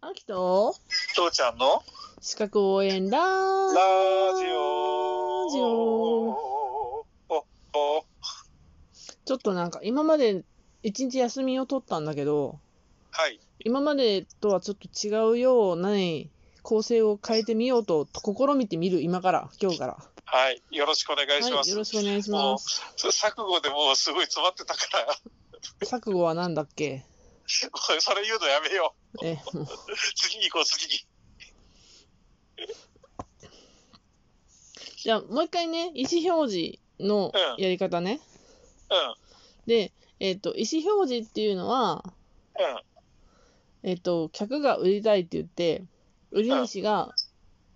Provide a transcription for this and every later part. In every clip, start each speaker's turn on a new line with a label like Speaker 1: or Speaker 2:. Speaker 1: 秋と
Speaker 2: 父ちゃんの
Speaker 1: 資格応援ラ
Speaker 2: ラ
Speaker 1: ー
Speaker 2: ジオ
Speaker 1: ラジオ
Speaker 2: おお
Speaker 1: ちょっとなんか今まで一日休みを取ったんだけど
Speaker 2: はい
Speaker 1: 今までとはちょっと違うようなね構成を変えてみようと試みてみる今から今日から
Speaker 2: はいよろしくお願いし
Speaker 1: は
Speaker 2: ま
Speaker 1: い
Speaker 2: す、
Speaker 1: よろしくお願いします
Speaker 2: もう錯誤でもうすごい詰まってたから
Speaker 1: 錯誤はなんだっけ
Speaker 2: もう それ言うのやめよ
Speaker 1: えもう
Speaker 2: う次に行こう次に
Speaker 1: じゃあもう一回ね意思表示の
Speaker 2: うん
Speaker 1: やり方ね、
Speaker 2: うん
Speaker 1: でえっ、と意思表示っていうのは
Speaker 2: うん
Speaker 1: えっと、客が売りたいって言って、売り主が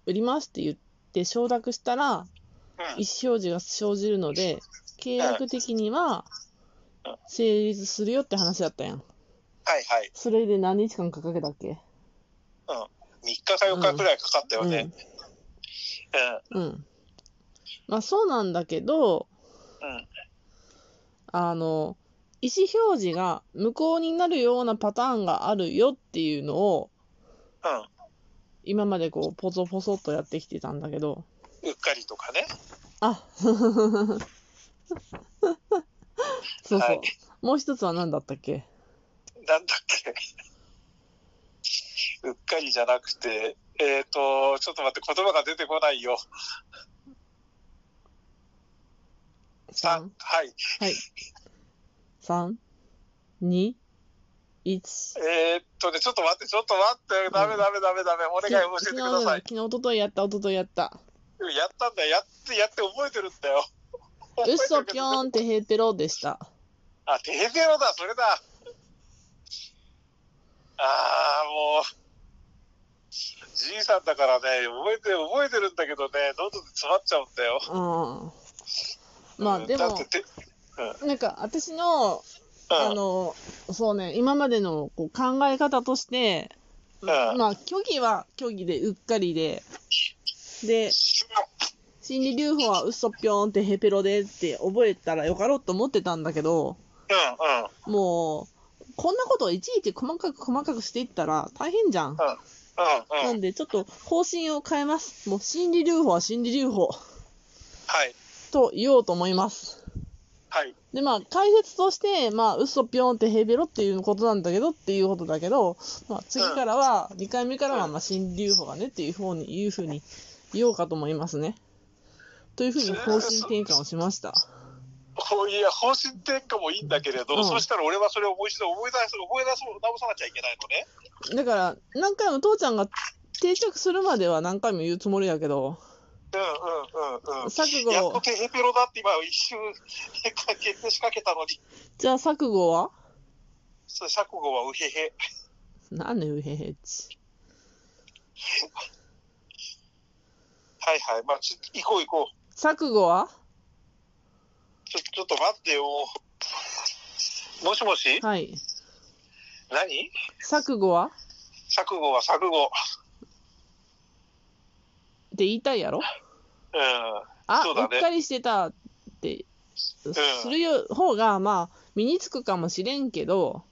Speaker 1: 売りますって言って承諾したら、
Speaker 2: う
Speaker 1: 意
Speaker 2: ん
Speaker 1: 思表示が生じるので、契約的には
Speaker 2: うん
Speaker 1: 成立するよって話だったやん。
Speaker 2: はいはい
Speaker 1: それで何日間かかけたっけ
Speaker 2: 3日か4日くらいかかったよね
Speaker 1: うん。うん。まあそうなんだけど、
Speaker 2: うんうん
Speaker 1: あの、意思表示が無効になるようなパターンがあるよっていうのを、
Speaker 2: うん
Speaker 1: 今までこう、ポソポソっとやってきてたんだけど、
Speaker 2: うっかりとかね
Speaker 1: あそうそう、
Speaker 2: はい
Speaker 1: もう一つは何だったっけ
Speaker 2: なんだっけうっかりじゃなくてえっ、とちょっと待って言葉が出てこないよ
Speaker 1: 3
Speaker 2: 3はい
Speaker 1: はい3 2 1
Speaker 2: えーっとね、ちょっと待って、ちょっと待って、ダメダメダメダメ、お願い教えてください。
Speaker 1: 昨日昨日一昨日やった一昨日やった
Speaker 2: やったんだよ、やって、やって覚えてるん だよ。
Speaker 1: うっそぴょ
Speaker 2: ん。
Speaker 1: ーんってヘーペロでした
Speaker 2: あ、テヘペロだ、それだ。あー、もう。じいさんだからね、覚えて、覚えてるんだけどね、喉で詰まっちゃうんだよ。
Speaker 1: うんま
Speaker 2: う
Speaker 1: あ
Speaker 2: ん
Speaker 1: で
Speaker 2: だっ
Speaker 1: も
Speaker 2: てて、
Speaker 1: なんか私のあ
Speaker 2: うん、
Speaker 1: のそうね今までのこう考え方として
Speaker 2: うん
Speaker 1: まあ虚偽は虚偽でうっかりでで心理留保は嘘っぴょーんってヘペロでって覚えたらよかろうと思ってたんだけど、
Speaker 2: うん、うん。
Speaker 1: もう、こんなことをいちいち細かく細かくしていったら大変じゃん。
Speaker 2: うん、
Speaker 1: な
Speaker 2: うん、
Speaker 1: んで、ちょっと方針を変えます。もう心理留保は心理留保
Speaker 2: はい、
Speaker 1: と言おうと思います。
Speaker 2: はい、
Speaker 1: で、まあ、解説として、まあ、嘘ぴょんってヘペロっていうことなんだけどっていうことだけど、まあ、次からは、2回目からは、まあ、心理留保がねっていう方に、いうふうに言おうかと思いますね。というふうに方針転換をしました。
Speaker 2: こういや方針転換もいいんだけれど、
Speaker 1: うん
Speaker 2: そしたら俺はそれをもう一度思い出す、思い出す、直さなきゃいけないの
Speaker 1: だ
Speaker 2: ね。
Speaker 1: から、何回も父ちゃんが定着するまでは何回も言うつもりだけど、
Speaker 2: うんうんうんうん。
Speaker 1: 錯
Speaker 2: やっ
Speaker 1: 誤
Speaker 2: と、テヘペロだって今一瞬、決定しかけたのに、
Speaker 1: じゃあ錯誤は
Speaker 2: それ錯誤はウヘヘ。
Speaker 1: なんでウヘヘチ
Speaker 2: はいはい、まあ、ちょ行こう行こう。
Speaker 1: 錯誤は
Speaker 2: ちょちょっと待ってよ。もしもし
Speaker 1: はい。
Speaker 2: 何
Speaker 1: 錯誤は
Speaker 2: 錯誤は錯誤。
Speaker 1: って言いたいやろ
Speaker 2: うん。
Speaker 1: あ、
Speaker 2: そうだね
Speaker 1: うっかりしてたって、するよ方が、まあ、身につくかもしれんけど、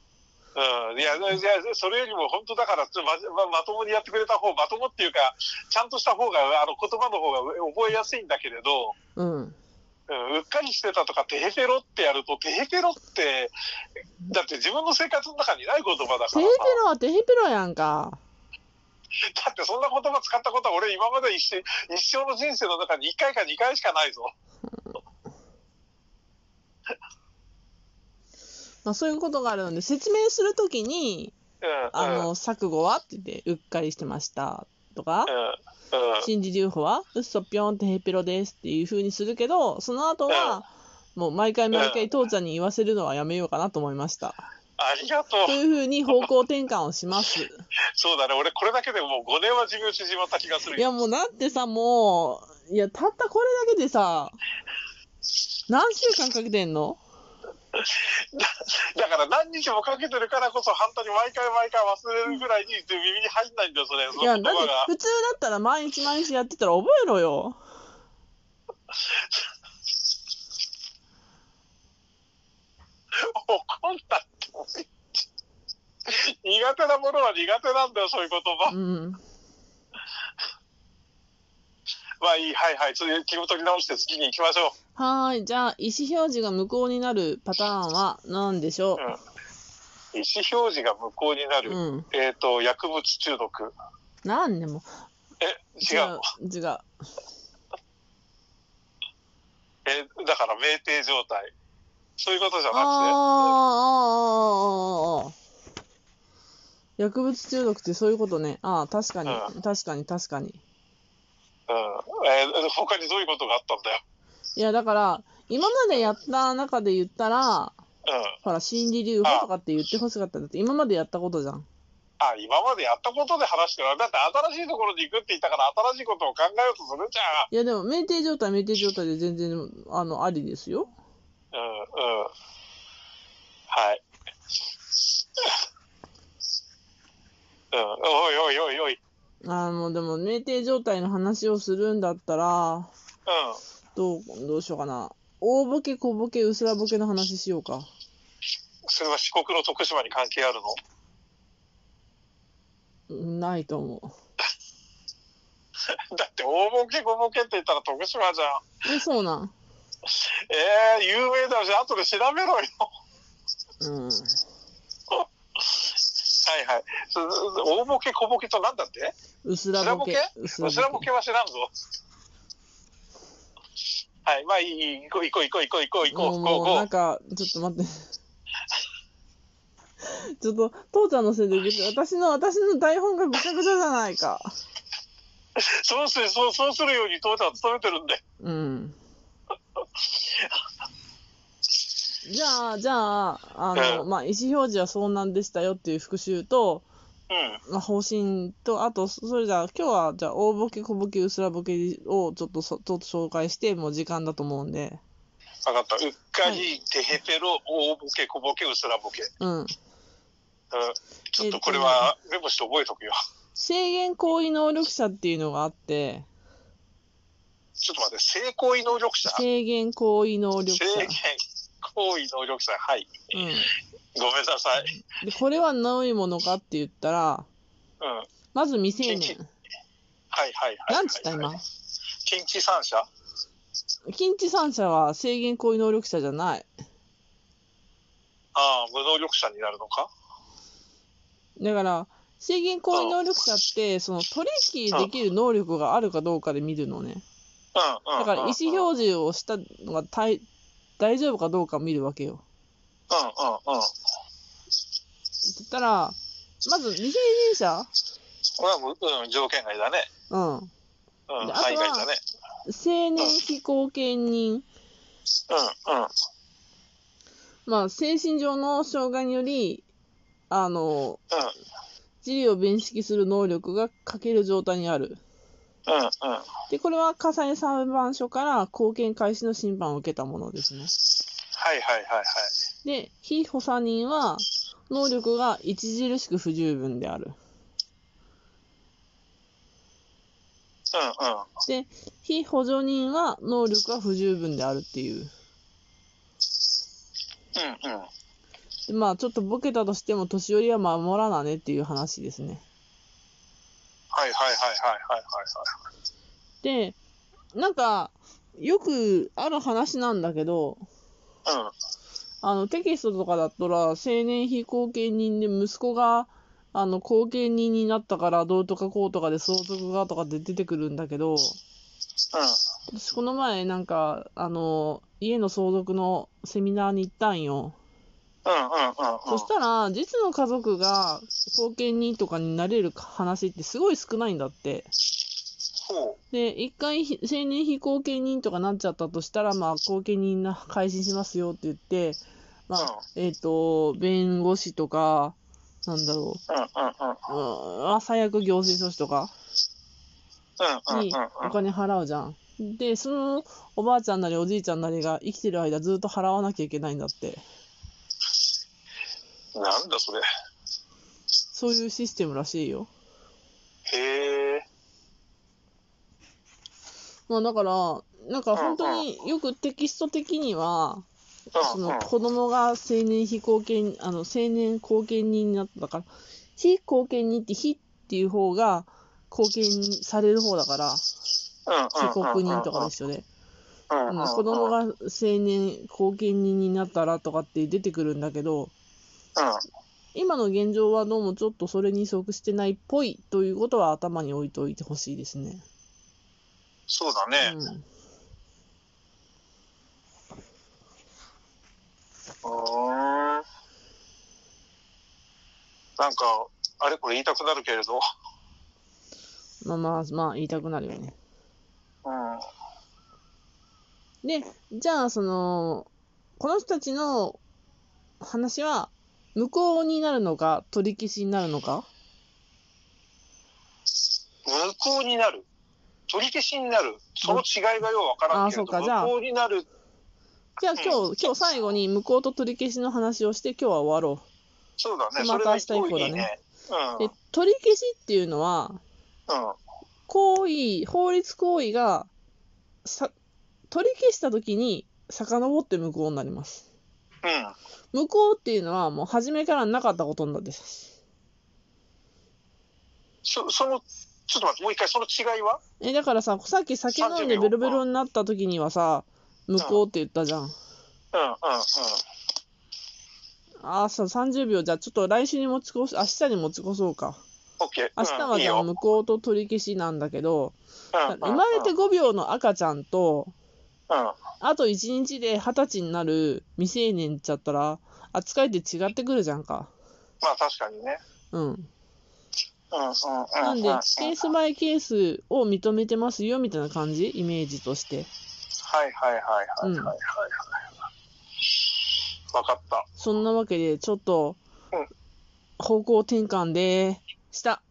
Speaker 2: うん、いや、いや、それよりも本当だから、ちょまままともにやってくれた方、まともっていうか、ちゃんとした方が、あの、言葉の方が覚えやすいんだけれど、
Speaker 1: うん。
Speaker 2: うんうっかりしてたとか、テヘペロってやると、テヘペロって、だって自分の生活の中にない言葉だ
Speaker 1: テ
Speaker 2: か
Speaker 1: ヘペ
Speaker 2: らさ、
Speaker 1: ロはテヘペロやんか。
Speaker 2: だってそんな言葉使ったことは、俺、今まで一生一生の人生の中に1回か2回しかないぞ。
Speaker 1: まあ、そういうことがあるので、説明するときに、
Speaker 2: うん、うん
Speaker 1: あの、錯誤はって言って、うっかりしてましたとか、
Speaker 2: うん、うん、
Speaker 1: 心理留保は、うっそぴょんってヘペロですっていうふうにするけど、その後は、もう毎回毎回父ちゃんに言わせるのはやめようかなと思いました。
Speaker 2: ありがと
Speaker 1: と
Speaker 2: う。
Speaker 1: いうふうに方向転換をし ます。
Speaker 2: そうだね、俺、これだけでもう5年は自分縮まった気がする
Speaker 1: いやもうだってさ、もう、いや、たったこれだけでさ、何週間かけてんの
Speaker 2: だから何日もかけてるからこそ、本当に毎回毎回忘れるぐらいに耳に入んないんだよ、それ、そ
Speaker 1: いや、だっ
Speaker 2: の言
Speaker 1: て
Speaker 2: 葉が。
Speaker 1: 普通だったら毎日毎日やってたら覚えろよ。
Speaker 2: 怒んなって。苦手なものは苦手なんだよ、そういう言葉。
Speaker 1: うん。
Speaker 2: まあいい、はいはい。それ気を取り直して次に行きましょう。
Speaker 1: はーい。じゃあ、意思表示が無効になるパターンは何でしょ
Speaker 2: 意思表示が無効にな
Speaker 1: う
Speaker 2: る。
Speaker 1: うん。
Speaker 2: えっ、と、薬物中毒。
Speaker 1: なんでも。
Speaker 2: え、違うの。
Speaker 1: う。違う。
Speaker 2: えーだから、酩酊状態。そういうことじゃ
Speaker 1: あーあーあーあーあー薬物中毒ってそういうことね。ああ、確かに、
Speaker 2: う
Speaker 1: 確かに、確かに。
Speaker 2: なくて、うんえー他にどういうことがあったんだ
Speaker 1: いや、だから、今までやった中で言ったら、
Speaker 2: よ。うん。
Speaker 1: ほら、心理流法とかって言ってほしかったんだって、今までやったことじゃん。
Speaker 2: あ、今までやったことで話してる。だって新しいところに行くって言ったから、新しいことを考えようとするじゃ
Speaker 1: いや、でも、酩酊状態、酩酊状態で全然、あの、ありですよ。
Speaker 2: ん。うん、うん。はい。うん、おいおいおいおい。うん。
Speaker 1: あの、でも、酩酊状態の話をするんだったら、どう、どうしようかな。大ボケ、小ボケ、薄らボケの話しようか。
Speaker 2: それは四国の徳島に関係あるの
Speaker 1: ないと思う。
Speaker 2: だって大ボケ小ボケって言ったら徳島じゃん。
Speaker 1: え、そうなん。
Speaker 2: えー、有名だし、後で調べろよ。
Speaker 1: うん。
Speaker 2: はいはい。そ大ボケ小ボケとなんだって
Speaker 1: 薄らボケ。薄
Speaker 2: それボケは知らんぞ。はい、まあいいいい、行こう行こう行こう行こう行こう行こ
Speaker 1: もう
Speaker 2: う行こう
Speaker 1: もうなんか、ちょっと待って。ちょっと、父ちゃんのせいでぐちゃ、私の、私の台本がぐちゃぐちゃじゃないか。
Speaker 2: そうする、そう、そうするように父ちゃんは努めてるんで。
Speaker 1: うん。じゃあ、じゃあ、あの、
Speaker 2: うん
Speaker 1: まあ、意思表示はそうなんでしたよっていう復習と、
Speaker 2: うん。
Speaker 1: まあ、方針と、あと、そそれじゃあ、今日は、じゃあ、大ボケ、小ボケ、薄らボケをちょっとそ、ちょっと紹介して、もう時間だと思うんで。
Speaker 2: 分かった。うっかり、てへぺろ、大ボケ小ボケ、うすらボケ。
Speaker 1: うん。
Speaker 2: うん。ちょっとこれはメモして覚えとくよ。
Speaker 1: 制限行為能力者っていうのがあって、
Speaker 2: ちょっと待って、性行為能力者
Speaker 1: 制限行為能力
Speaker 2: 性
Speaker 1: 者。
Speaker 2: 行為能力者。はい。
Speaker 1: うん。
Speaker 2: ごめんなさい。
Speaker 1: で、これはどういうものかって言ったら、
Speaker 2: うん。はい
Speaker 1: まず未成年
Speaker 2: 禁。はいはい、はい。
Speaker 1: なんつった今。
Speaker 2: 近畿三者
Speaker 1: 禁止三者は制限行為能力者じゃない。
Speaker 2: ああ、無能力者になるのか
Speaker 1: だから、制限行為能力者って、その取引できる能力があるかどうかで見るのね。
Speaker 2: うんうん。
Speaker 1: だから意思
Speaker 2: うんうんうん。
Speaker 1: 表示をしたのが大大丈夫かどうかを見るわけよ。
Speaker 2: こ
Speaker 1: だったら、まず未成年者
Speaker 2: れはむ、うん、条件外だね。
Speaker 1: うん。
Speaker 2: うん、
Speaker 1: であとは
Speaker 2: 海外だね。
Speaker 1: 成年非公権人。
Speaker 2: うんうん。
Speaker 1: まあ、精神上の障害により、あの、
Speaker 2: うん
Speaker 1: 地理を辨識する能力が欠ける状態にある。
Speaker 2: うんうん。
Speaker 1: で、これは火災裁判所から貢献開始の審判を受けたものですね。
Speaker 2: はいはいはいはい。
Speaker 1: で、被補佐人は能力が著しく不十分である。
Speaker 2: うんうん。
Speaker 1: で、被補助人は能力が不十分であるっていう。
Speaker 2: うんうん。
Speaker 1: でまあ、ちょっとボケたとしても年寄りは守らなねっていう話ですね。
Speaker 2: はいはいはいはいはいはい
Speaker 1: で、なんか、よくある話なんだけど、
Speaker 2: はい。うん。
Speaker 1: あの、テキストとかだったら、青年非後見人で息子が、あの、後見人になったから、どうとかこうとかで相続がとかで出てくるんだけど、
Speaker 2: う
Speaker 1: 私この前なんか、あの、家の相続のセミナーに行ったんよ。
Speaker 2: んうんうんうんうん。
Speaker 1: そしたら、実の家族が後見人とかになれる話ってすごい少ないんだって。
Speaker 2: ほ
Speaker 1: で、一回ひ青年非後見人とかなっちゃったとしたら、まあ、後見人な開始しますよって言って、まあ、えっ、と、弁護士とか、なんだろ
Speaker 2: う。うんうんうん。
Speaker 1: う、うんあ、最悪行政書士とか
Speaker 2: うんうんうん
Speaker 1: にお金払うじゃん。で、そのおばあちゃんなりおじいちゃんなりが生きてる間ずっと払わなきゃいけないんだって。
Speaker 2: うん。なんだそれ。
Speaker 1: そういうシステムらしいよ。
Speaker 2: へえ。
Speaker 1: まあだから、なんか本当によくテキスト的には、そ
Speaker 2: うんう
Speaker 1: の
Speaker 2: ん
Speaker 1: 子供が青年非公権、あの、青年後見人になったから、非公権人って非っていう方が後見にされる方だから、被告人とかですよね。
Speaker 2: うんうん
Speaker 1: う
Speaker 2: うんん
Speaker 1: 子供が青年後見人になったらとかって出てくるんだけど、今の現状はどうもちょっとそれに即してないっぽいということは頭に置いておいてほしいですね。
Speaker 2: そうだね。
Speaker 1: うん
Speaker 2: うーんなんか、あれこれ言いたくなるけれど、
Speaker 1: まあまあまあ言いたくなるよね。
Speaker 2: うん、
Speaker 1: で、じゃあその、この人たちの話は無効になるのか取り消しになるのか
Speaker 2: 無効になる。取り消しになる。その違いがようわからんけ
Speaker 1: あそ
Speaker 2: れ
Speaker 1: うかじ
Speaker 2: ど、
Speaker 1: ゃあ
Speaker 2: 無効になる。
Speaker 1: じゃあ今日、今日最後に無効と取り消しの話をして今日は終わろ
Speaker 2: そうだね。
Speaker 1: ま
Speaker 2: それ
Speaker 1: た
Speaker 2: が
Speaker 1: 明日
Speaker 2: 一個い
Speaker 1: 以
Speaker 2: い
Speaker 1: 降だね
Speaker 2: ね。うん
Speaker 1: う。で、取り消しっていうのは、
Speaker 2: うん。
Speaker 1: 行為、法律行為が、さ、取り消した時に遡って無効になります。
Speaker 2: うん。
Speaker 1: 無効っていうのはもう初めからなかったことなんです。
Speaker 2: そその、ちょっと待って、もう一回、その違いは
Speaker 1: え、だからさ、さっき酒飲んでベロベロになった時にはさ、無効って言ったじゃん。
Speaker 2: うんうんうん。
Speaker 1: ああ、そう、30秒。じゃあちょっと来週に持ち越し、明日に持ち越そうか。
Speaker 2: オッケー。
Speaker 1: 明日
Speaker 2: う
Speaker 1: は
Speaker 2: んいい
Speaker 1: じゃあ
Speaker 2: よ
Speaker 1: 無効と取り消しなんだけど、
Speaker 2: うんうん
Speaker 1: 生まれて5秒の赤ちゃんと、
Speaker 2: うん。
Speaker 1: あと1日で20歳になる未成年っちゃったら、扱いって違ってくるじゃんか。
Speaker 2: まあ、確かにね。
Speaker 1: うん。
Speaker 2: うんうんうん。
Speaker 1: なんで
Speaker 2: うん、
Speaker 1: ケースバイケースを認めてますよみたいな感じイメージとして。
Speaker 2: はいはいはいはいはいはいはい。わかった。
Speaker 1: そんなわけで、ちょっと
Speaker 2: うん、
Speaker 1: 方向転換でした。